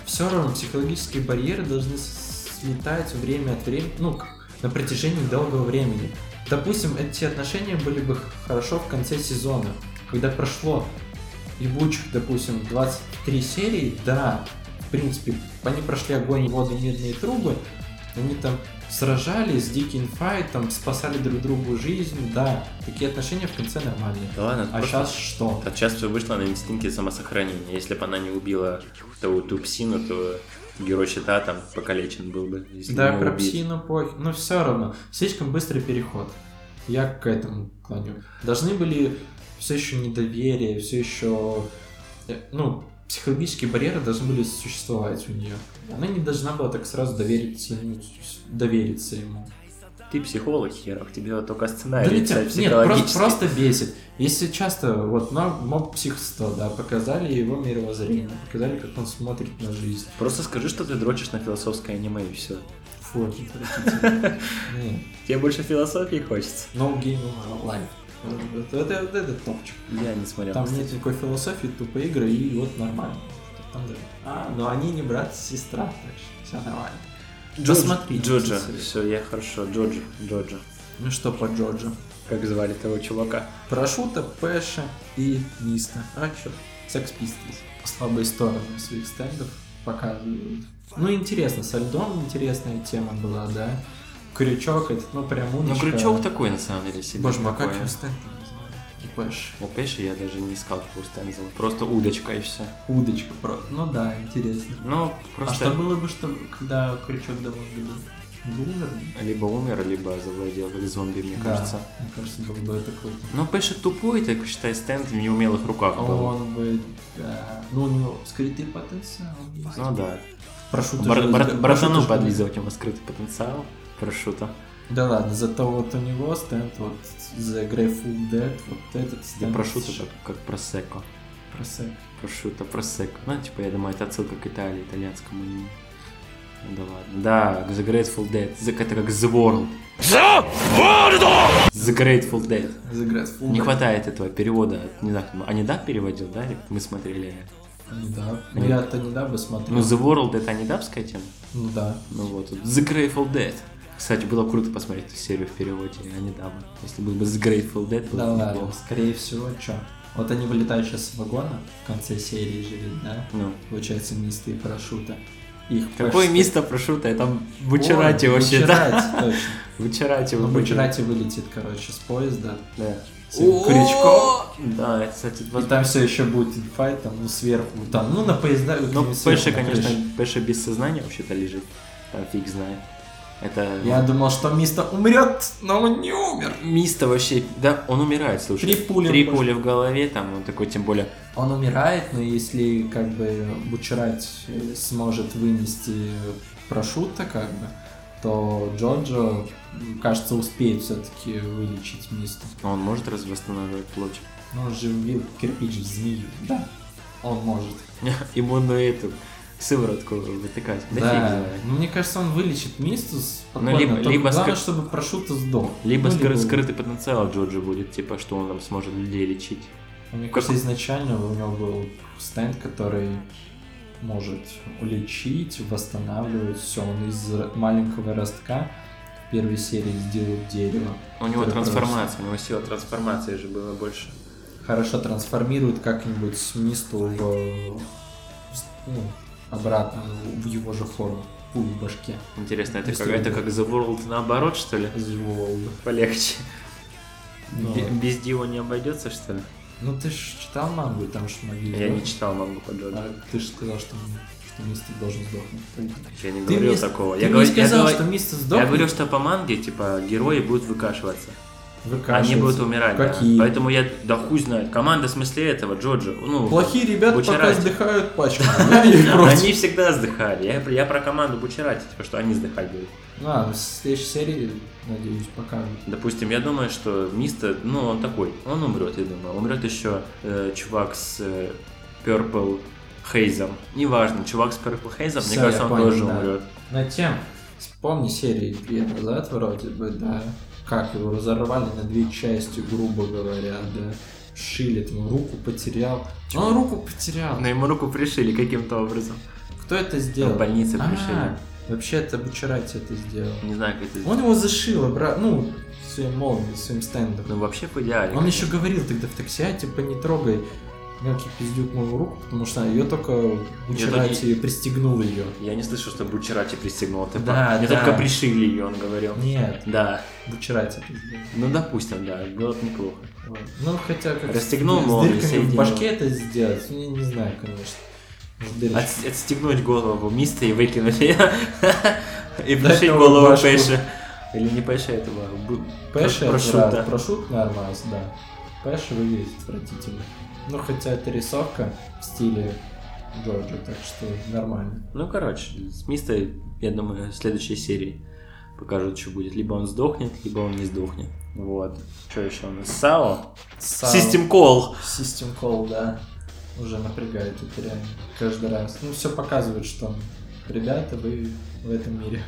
[SPEAKER 2] Все равно психологические барьеры должны с- слетать время от времени, ну, к- на протяжении долгого времени. Допустим, эти отношения были бы х- хорошо в конце сезона, когда прошло ебучих, допустим, 23 серии, да, в принципе, они прошли огонь, воду, медные трубы, они там сражались, дикий инфайт, там спасали друг другу жизнь, да, такие отношения в конце нормальные.
[SPEAKER 1] Да ладно,
[SPEAKER 2] А
[SPEAKER 1] просто-
[SPEAKER 2] сейчас что?
[SPEAKER 1] А сейчас все вышло на инстинкте самосохранения. Если бы она не убила ту, ту псину, то герой щита там покалечен был бы. если
[SPEAKER 2] Да,
[SPEAKER 1] не
[SPEAKER 2] про
[SPEAKER 1] убить.
[SPEAKER 2] псину похер. Но все равно. Слишком быстрый переход. Я к этому клоню. Должны были все еще недоверие, все еще... Ну, психологические барьеры должны были существовать у нее. Она не должна была так сразу довериться, ему- довериться ему.
[SPEAKER 1] Ты психолог, херов, тебе вот только
[SPEAKER 2] Да
[SPEAKER 1] сценарий
[SPEAKER 2] не тем-
[SPEAKER 1] писать
[SPEAKER 2] нет, просто,
[SPEAKER 1] психологически.
[SPEAKER 2] просто бесит. Если часто, вот нам моб псих 100, да, показали его мировоззрение, показали, как он смотрит на жизнь.
[SPEAKER 1] Просто скажи, что ты дрочишь на философское аниме и все.
[SPEAKER 2] Фу, это отвратительно. Не,
[SPEAKER 1] Тебе больше философии хочется?
[SPEAKER 2] No Game Online. Вот Это вот это топчик.
[SPEAKER 1] Я не смотрел.
[SPEAKER 2] Там
[SPEAKER 1] кстати.
[SPEAKER 2] нет никакой философии, тупо игры, и вот нормально. Там да. А, но они не брат и сестра, так что все нормально.
[SPEAKER 1] Джордж-
[SPEAKER 2] Посмотрите,
[SPEAKER 1] Джорджа.
[SPEAKER 2] кстати.
[SPEAKER 1] Все, я хорошо. Джорджа. Джорджа.
[SPEAKER 2] Ну что по Джорджу?
[SPEAKER 1] Как звали того чувака?
[SPEAKER 2] Парашюта, Пэша и Миста. А чё? Секс Pistols. Слабые стороны своих стендов показывают. Ну, интересно, со льдом интересная тема была, да? Крючок этот, ну, прям
[SPEAKER 1] Ну,
[SPEAKER 2] умничка.
[SPEAKER 1] крючок такой, на самом деле, себе.
[SPEAKER 2] Боже мой, а как
[SPEAKER 1] такое.
[SPEAKER 2] его стенд там называют? И Пэш.
[SPEAKER 1] У Пэши я даже не искал какого стензела. Просто удочка и все.
[SPEAKER 2] Удочка просто. Ну да, интересно.
[SPEAKER 1] Ну,
[SPEAKER 2] А что
[SPEAKER 1] просто
[SPEAKER 2] было бы, что, когда крючок домой бегал? Был, наверное?
[SPEAKER 1] либо умер, либо завладел как зомби, мне кажется.
[SPEAKER 2] Мне кажется, был бы такой. А
[SPEAKER 1] Но Пэша тупой, так считай, стенд в неумелых руках был.
[SPEAKER 2] Он бы, да. Ну, у него скрытый потенциал. есть.
[SPEAKER 1] Ну да.
[SPEAKER 2] Прошу
[SPEAKER 1] Бар- бар- Братану подлизывать ему скрытый потенциал. Парашюта.
[SPEAKER 2] Да ладно, зато вот у него стенд вот The Grateful Dead, вот этот
[SPEAKER 1] Я
[SPEAKER 2] стенд.
[SPEAKER 1] парашюта как- как просекко.
[SPEAKER 2] Просек.
[SPEAKER 1] Прошута просека. Ну, типа, я думаю, это отсылка к Италии, итальянскому аниме. Ну да ладно. Да, The Grateful Dead. The- это как The World. The Grateful Dead.
[SPEAKER 2] The Grateful
[SPEAKER 1] Не
[SPEAKER 2] Dead.
[SPEAKER 1] хватает этого перевода. Не знаю, кто- а не да переводил, да? или Мы смотрели.
[SPEAKER 2] Ну Да. Ну
[SPEAKER 1] Нет.
[SPEAKER 2] я-то не да бы смотрел.
[SPEAKER 1] Ну, The World это анидапская тема.
[SPEAKER 2] Ну да.
[SPEAKER 1] Ну вот, тут The Grateful Dead. Кстати, было круто посмотреть эту серию в переводе анидаба. Если был бы The Grateful Dead, было
[SPEAKER 2] Да
[SPEAKER 1] бы
[SPEAKER 2] ладно,
[SPEAKER 1] неплохо.
[SPEAKER 2] скорее всего, чё? Вот они вылетают сейчас с вагона, в конце серии же ведь, да?
[SPEAKER 1] Ну.
[SPEAKER 2] Получается, мисты и парашюта. Их
[SPEAKER 1] Какой
[SPEAKER 2] почти-
[SPEAKER 1] мисто прошута? Я там
[SPEAKER 2] Ой,
[SPEAKER 1] Бучерати вообще, да? Типа
[SPEAKER 2] Бучерати, точно.
[SPEAKER 1] Бучерати.
[SPEAKER 2] Ну,
[SPEAKER 1] выходит.
[SPEAKER 2] Бучерати вылетит, короче, с поезда.
[SPEAKER 1] Да.
[SPEAKER 2] С этим крючком.
[SPEAKER 1] Да, это, кстати,
[SPEAKER 2] И
[SPEAKER 1] вот
[SPEAKER 2] там все еще будет инфайт, там, ну, сверху, там, ну, на поезда.
[SPEAKER 1] Ну,
[SPEAKER 2] где-нибудь сверху
[SPEAKER 1] Пэша,
[SPEAKER 2] на
[SPEAKER 1] конечно,
[SPEAKER 2] крыше.
[SPEAKER 1] Пэша без сознания вообще-то лежит. Там фиг знает. Это...
[SPEAKER 2] Я думал, что Миста умрет, но он не умер.
[SPEAKER 1] Миста вообще, да, он умирает, слушай.
[SPEAKER 2] Три пули
[SPEAKER 1] Три
[SPEAKER 2] в
[SPEAKER 1] пули в голове, там, он такой, тем более,
[SPEAKER 2] Он умирает, но если, как бы, Бучерать э, сможет вынести парашюта, как бы, то Джорджо, м, кажется, успеет все-таки вылечить Мисту.
[SPEAKER 1] он может раз восстанавливать плоть.
[SPEAKER 2] Ну, он же вбил кирпич в змею. Да. Он может.
[SPEAKER 1] Ему на эту сыворотку вытыкать. Да, фиг знает.
[SPEAKER 2] Ну, мне кажется, он вылечит Мисту спокойно.
[SPEAKER 1] Ну, либо-
[SPEAKER 2] только
[SPEAKER 1] либо
[SPEAKER 2] главное,
[SPEAKER 1] скры-
[SPEAKER 2] чтобы парашюта сдох.
[SPEAKER 1] Либо
[SPEAKER 2] Ну,
[SPEAKER 1] скры- скрытый потенциал Джорджа будет, типа, что он там сможет людей лечить.
[SPEAKER 2] Мне кажется, изначально у него был стенд, который может лечить, восстанавливать все. Он из маленького ростка в первой серии сделал дерево.
[SPEAKER 1] У него
[SPEAKER 2] которое
[SPEAKER 1] трансформация, у него сила трансформации же было больше.
[SPEAKER 2] просто Хорошо трансформирует как-нибудь мисту в, э, с- ну, обратно в его же форму. Пуль в башке.
[SPEAKER 1] Интересно, это
[SPEAKER 2] Если
[SPEAKER 1] как, это
[SPEAKER 2] бы-
[SPEAKER 1] как The World наоборот, что ли?
[SPEAKER 2] Звол.
[SPEAKER 1] Полегче.
[SPEAKER 2] Ну,
[SPEAKER 1] Бе- Без Дио не обойдется, что ли?
[SPEAKER 2] ну ты ж читал мангу, там же могили.
[SPEAKER 1] Я
[SPEAKER 2] да?
[SPEAKER 1] не читал мангу по Джорджу.
[SPEAKER 2] А ты же сказал, что, что мистер должен сдохнуть.
[SPEAKER 1] Я не
[SPEAKER 2] Ты
[SPEAKER 1] говорил
[SPEAKER 2] мне-
[SPEAKER 1] такого.
[SPEAKER 2] ты
[SPEAKER 1] Я
[SPEAKER 2] мне
[SPEAKER 1] говорю, я
[SPEAKER 2] сказал,
[SPEAKER 1] говорю-
[SPEAKER 2] что мистер
[SPEAKER 1] я
[SPEAKER 2] сдохнет.
[SPEAKER 1] говорю, что по манге, типа, герои будут выкашиваться. Они
[SPEAKER 2] Выкашивается.
[SPEAKER 1] будут умирать. да.
[SPEAKER 2] Какие?
[SPEAKER 1] Поэтому я, да хуй знает, команда в смысле этого, Джорджа, ну...
[SPEAKER 2] Плохие ребята пока
[SPEAKER 1] Бучарати.
[SPEAKER 2] отдыхают пачками. Я не против.
[SPEAKER 1] Они всегда сдыхали. Я, я про команду Бучерати, типа, что они сдыхать будут.
[SPEAKER 2] А, в следующей серии, надеюсь, покажут.
[SPEAKER 1] Допустим, я думаю, что Миста, ну, он такой, он умрет, я думаю. Умрет еще э, чувак с э, Purple Хейзом. Неважно, чувак с Purple Хейзом,
[SPEAKER 2] Всё,
[SPEAKER 1] мне кажется, он
[SPEAKER 2] я понял,
[SPEAKER 1] тоже
[SPEAKER 2] да.
[SPEAKER 1] умрет.
[SPEAKER 2] На тем, вспомни серии две назад вроде бы, да. Как его разорвали на две части, грубо говоря, да. Шили, там, руку потерял.
[SPEAKER 1] Типа,
[SPEAKER 2] Он руку потерял.
[SPEAKER 1] Но ему руку пришили каким-то образом. Ну,
[SPEAKER 2] Кто это сделал?
[SPEAKER 1] В больнице
[SPEAKER 2] А,
[SPEAKER 1] пришили.
[SPEAKER 2] Вообще, это Бучарати это сделал.
[SPEAKER 1] Не знаю, как это
[SPEAKER 2] Он его зашил, обра... ну, своим молнией, своим стендом.
[SPEAKER 1] Ну, вообще по идеале.
[SPEAKER 2] Он еще говорил тогда в такси, а, типа, не трогай мелкий пиздюк мою руку, потому что ее только Бучерати пристегнул ее.
[SPEAKER 1] Я не слышал, что Бучерати пристегнул. Ты
[SPEAKER 2] Да,
[SPEAKER 1] прав. Мне
[SPEAKER 2] да.
[SPEAKER 1] только пришили ее, он говорил.
[SPEAKER 2] Нет,
[SPEAKER 1] Да.
[SPEAKER 2] Бучерати пиздюк.
[SPEAKER 1] Ну, допустим, да, было бы неплохо.
[SPEAKER 2] Вот. Ну, хотя как
[SPEAKER 1] Расстегнул
[SPEAKER 2] с,
[SPEAKER 1] молнию,
[SPEAKER 2] дырками в
[SPEAKER 1] соединил.
[SPEAKER 2] башке это сделать, ну, я не знаю, конечно. Может, дырочки.
[SPEAKER 1] От- отстегнуть голову Миста и выкинуть ее. И пришить
[SPEAKER 2] его
[SPEAKER 1] голову
[SPEAKER 2] башку.
[SPEAKER 1] Пэша. Или не Пэша этого. Бу-
[SPEAKER 2] Пэша,
[SPEAKER 1] Про-
[SPEAKER 2] это
[SPEAKER 1] Прошута.
[SPEAKER 2] да, прошут нормально, да. Пэша выглядит отвратительно. Ну, хотя это рисовка в стиле Джорджа, так что нормально.
[SPEAKER 1] Ну, короче, с Мистой, я думаю, в следующей серии покажут, что будет. Либо он сдохнет, либо он не сдохнет. Вот. Что еще у нас? САО?
[SPEAKER 2] Сам-
[SPEAKER 1] Систем Call.
[SPEAKER 2] System Call, да. Уже напрягает это реально каждый раз. Ну, все показывает, что ребята, вы в этом мире.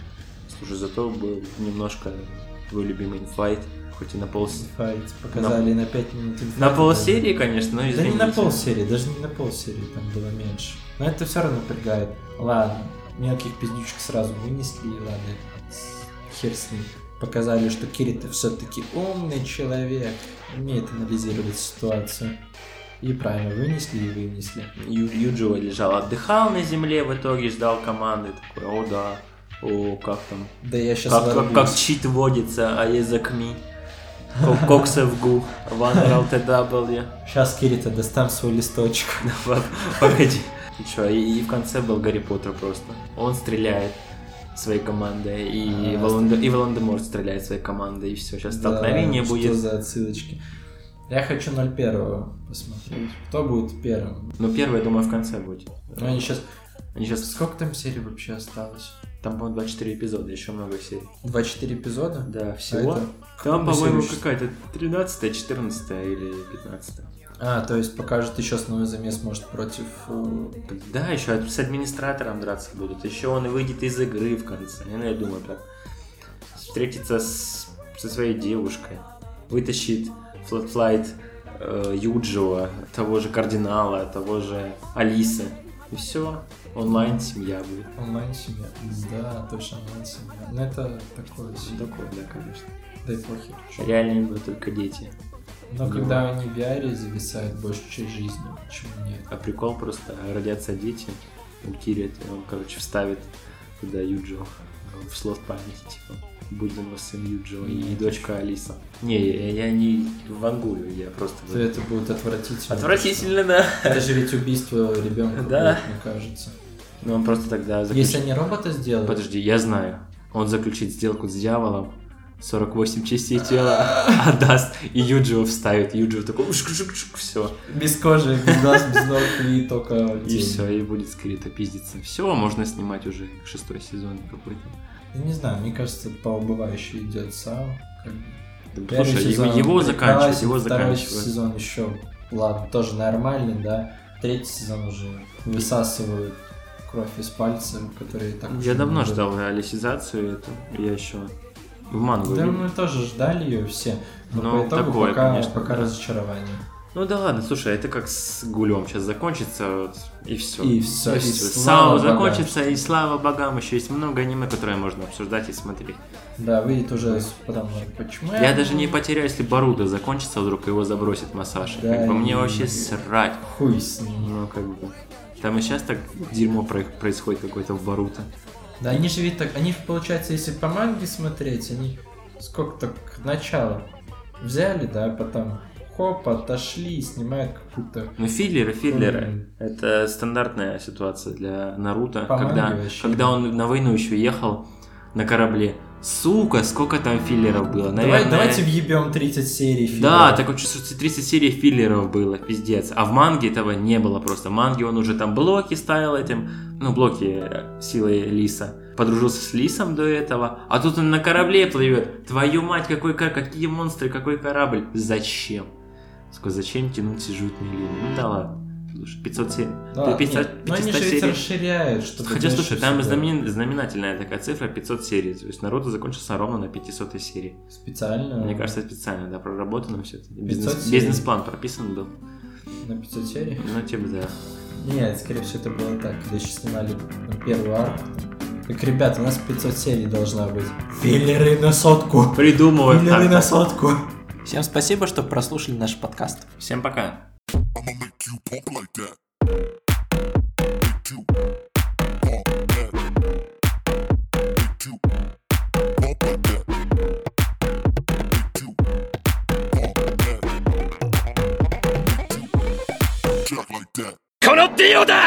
[SPEAKER 1] Слушай, зато был немножко твой любимый инфайт, хоть и на пол...
[SPEAKER 2] Fight показали на 5 минут.
[SPEAKER 1] На
[SPEAKER 2] инфаркт.
[SPEAKER 1] полсерии, конечно, но
[SPEAKER 2] Да не
[SPEAKER 1] извините.
[SPEAKER 2] на полсерии, даже не на полсерии, там было меньше. Но это все равно напрягает. Ладно, мелких пиздючек сразу вынесли, и ладно, с- хер с ним. Показали, что Кирита все-таки умный человек, умеет анализировать ситуацию. И правильно, вынесли и вынесли.
[SPEAKER 1] Ю- Юджио лежал, отдыхал на земле, в итоге ждал команды. Такой, о да, о, как там,
[SPEAKER 2] Да я сейчас
[SPEAKER 1] как, как, как чит водится, а за кми. Коксов гу, ван РЛТW.
[SPEAKER 2] Сейчас Кирита достам свой листочек.
[SPEAKER 1] Ладно, Погоди. И чё, и, и в конце был Гарри Поттер просто. Он стреляет своей командой, и,
[SPEAKER 2] А,
[SPEAKER 1] Волан- и Волан-де-Морт стреляет своей командой, и все, сейчас столкновение
[SPEAKER 2] Да,
[SPEAKER 1] будет.
[SPEAKER 2] Что за отсылочки? Я хочу 01 посмотреть. Кто будет первым?
[SPEAKER 1] Но Ну, первое, я думаю, в конце будет.
[SPEAKER 2] Ну, они сейчас...
[SPEAKER 1] Они сейчас...
[SPEAKER 2] Сколько там серий вообще осталось?
[SPEAKER 1] Там, по-моему, 24 эпизода, еще много А серий.
[SPEAKER 2] 24 эпизода?
[SPEAKER 1] Да, всего.
[SPEAKER 2] это
[SPEAKER 1] Там,
[SPEAKER 2] какую
[SPEAKER 1] по-моему,
[SPEAKER 2] серию щас-
[SPEAKER 1] какая-то 13 14 или 15
[SPEAKER 2] А, то есть покажут еще основной замес, может, против... э,
[SPEAKER 1] Да, еще с администратором драться будут. Еще он и выйдет из игры в конце. Ну, я думаю, так. Встретится с- со своей девушкой. Вытащит флотфлайт Юджио, того же кардинала, того же Алисы. И все. Онлайн семья будет.
[SPEAKER 2] Онлайн-семья. Да, точно, онлайн-семья. Ну, это такое...
[SPEAKER 1] Ну,
[SPEAKER 2] себе.
[SPEAKER 1] Такое, да, А конечно.
[SPEAKER 2] Да и похер.
[SPEAKER 1] Реально будут только дети.
[SPEAKER 2] Но
[SPEAKER 1] Ну.
[SPEAKER 2] когда они в VR зависают больше, чем жизнью, почему нет?
[SPEAKER 1] А прикол просто, родятся дети, у Кири, это он, короче, вставит туда Юджио э, в слот памяти, типа, будет у него сын Юджио и дочка Алиса. Не, я я не вангую, я просто...
[SPEAKER 2] То это будет отвратительно.
[SPEAKER 1] Отвратительно, да.
[SPEAKER 2] Это же ведь убийство ребенка,
[SPEAKER 1] Да.
[SPEAKER 2] мне кажется.
[SPEAKER 1] Но Ну, он просто тогда заключит...
[SPEAKER 2] Если они робота сделают,
[SPEAKER 1] Подожди, я знаю. Он заключит сделку с дьяволом, 48 частей тела отдаст, и Юджио вставит. Юджио такой, все.
[SPEAKER 2] без кожи, без глаз, без ног и только
[SPEAKER 1] И
[SPEAKER 2] тень.
[SPEAKER 1] все, и будет скрита пиздиться. Все, можно снимать уже шестой сезон какой-то.
[SPEAKER 2] Я не знаю, мне кажется, по убывающей идет сам. как бы.
[SPEAKER 1] Да,
[SPEAKER 2] Первый
[SPEAKER 1] Слушай, его,
[SPEAKER 2] сезон
[SPEAKER 1] его
[SPEAKER 2] прекрасен,
[SPEAKER 1] заканчивают, его
[SPEAKER 2] второй
[SPEAKER 1] заканчивают.
[SPEAKER 2] сезон еще, ладно, тоже нормальный, да. Третий сезон уже высасывают кровь из пальца, которые так... уже
[SPEAKER 1] Я
[SPEAKER 2] не
[SPEAKER 1] давно
[SPEAKER 2] любят.
[SPEAKER 1] ждал реализацию эту, я еще в мангу.
[SPEAKER 2] Да,
[SPEAKER 1] или-
[SPEAKER 2] мы тоже ждали ее все, но
[SPEAKER 1] Ну,
[SPEAKER 2] по итогу
[SPEAKER 1] такое,
[SPEAKER 2] пока,
[SPEAKER 1] конечно,
[SPEAKER 2] пока
[SPEAKER 1] да.
[SPEAKER 2] разочарование.
[SPEAKER 1] Ну да ладно, слушай, это как с Гулем сейчас закончится, вот, и все.
[SPEAKER 2] И всё, и
[SPEAKER 1] Сау
[SPEAKER 2] слава богам.
[SPEAKER 1] закончится, и слава богам, еще есть много аниме, которые можно обсуждать и смотреть.
[SPEAKER 2] Да, выйдет уже с- потом, ну, почему
[SPEAKER 1] Я даже не потеряю, если Баруда закончится, вдруг его забросит массаж.
[SPEAKER 2] Да,
[SPEAKER 1] как бы мне
[SPEAKER 2] и-
[SPEAKER 1] вообще срать.
[SPEAKER 2] Хуй с ним.
[SPEAKER 1] Ну как бы. Там и сейчас так дерьмо про- происходит какое-то в Баруто.
[SPEAKER 2] Да они же ведь так, они же, получается, если по манге смотреть, они сколько-то к началу взяли, да, а потом хоп, отошли и снимают какую-то...
[SPEAKER 1] Ну, филлеры, филлеры.
[SPEAKER 2] Мгм.
[SPEAKER 1] Это стандартная ситуация для Наруто,
[SPEAKER 2] По манге
[SPEAKER 1] когда,
[SPEAKER 2] вообще.
[SPEAKER 1] когда он на войну еще ехал на корабле. Сука, сколько там филлеров было.
[SPEAKER 2] Давай-
[SPEAKER 1] Наверное,
[SPEAKER 2] давайте въебем 30 серий фильма.
[SPEAKER 1] Да, такое чувство, что 30 серий филлеров было, пиздец. А в манге этого не было просто. В манге он уже там блоки ставил этим, ну, блоки э, силой Лиса. Подружился с Лисом до этого, а тут он на корабле плывет. Твою мать, какой, ка- какие монстры, какой корабль. Зачем? Скажу, зачем тянуть сюжетные линии? Ну да ладно. Слушай, 500 серий.
[SPEAKER 2] Да,
[SPEAKER 1] Ты 500
[SPEAKER 2] нет, но они
[SPEAKER 1] 500
[SPEAKER 2] же ведь
[SPEAKER 1] серий.
[SPEAKER 2] расширяют, чтобы...
[SPEAKER 1] Хотя,
[SPEAKER 2] дальше
[SPEAKER 1] слушай, там
[SPEAKER 2] всегда.
[SPEAKER 1] знамен- знаменательная такая цифра 500 серий. То есть Наруто закончился ровно на 500 серии.
[SPEAKER 2] Специально
[SPEAKER 1] Мне кажется, специально, да, проработано все это. И
[SPEAKER 2] 500
[SPEAKER 1] Бизнес,
[SPEAKER 2] серий.
[SPEAKER 1] бизнес-план прописан был.
[SPEAKER 2] на 500 серий.
[SPEAKER 1] Ну, типа, да.
[SPEAKER 2] Нет, скорее всего, это было так, когда еще снимали ну, первый арк. Так, ребят, у нас 500 серий должна быть. Филлеры на сотку.
[SPEAKER 1] Придумывай.
[SPEAKER 2] Филлеры
[SPEAKER 1] так.
[SPEAKER 2] на сотку. Всем спасибо, что прослушали наш подкаст.
[SPEAKER 1] Всем пока.
[SPEAKER 3] I'ma make you pump like that. Make you pump that. Make you pump like that. Make you pump that. Make you Jack like that.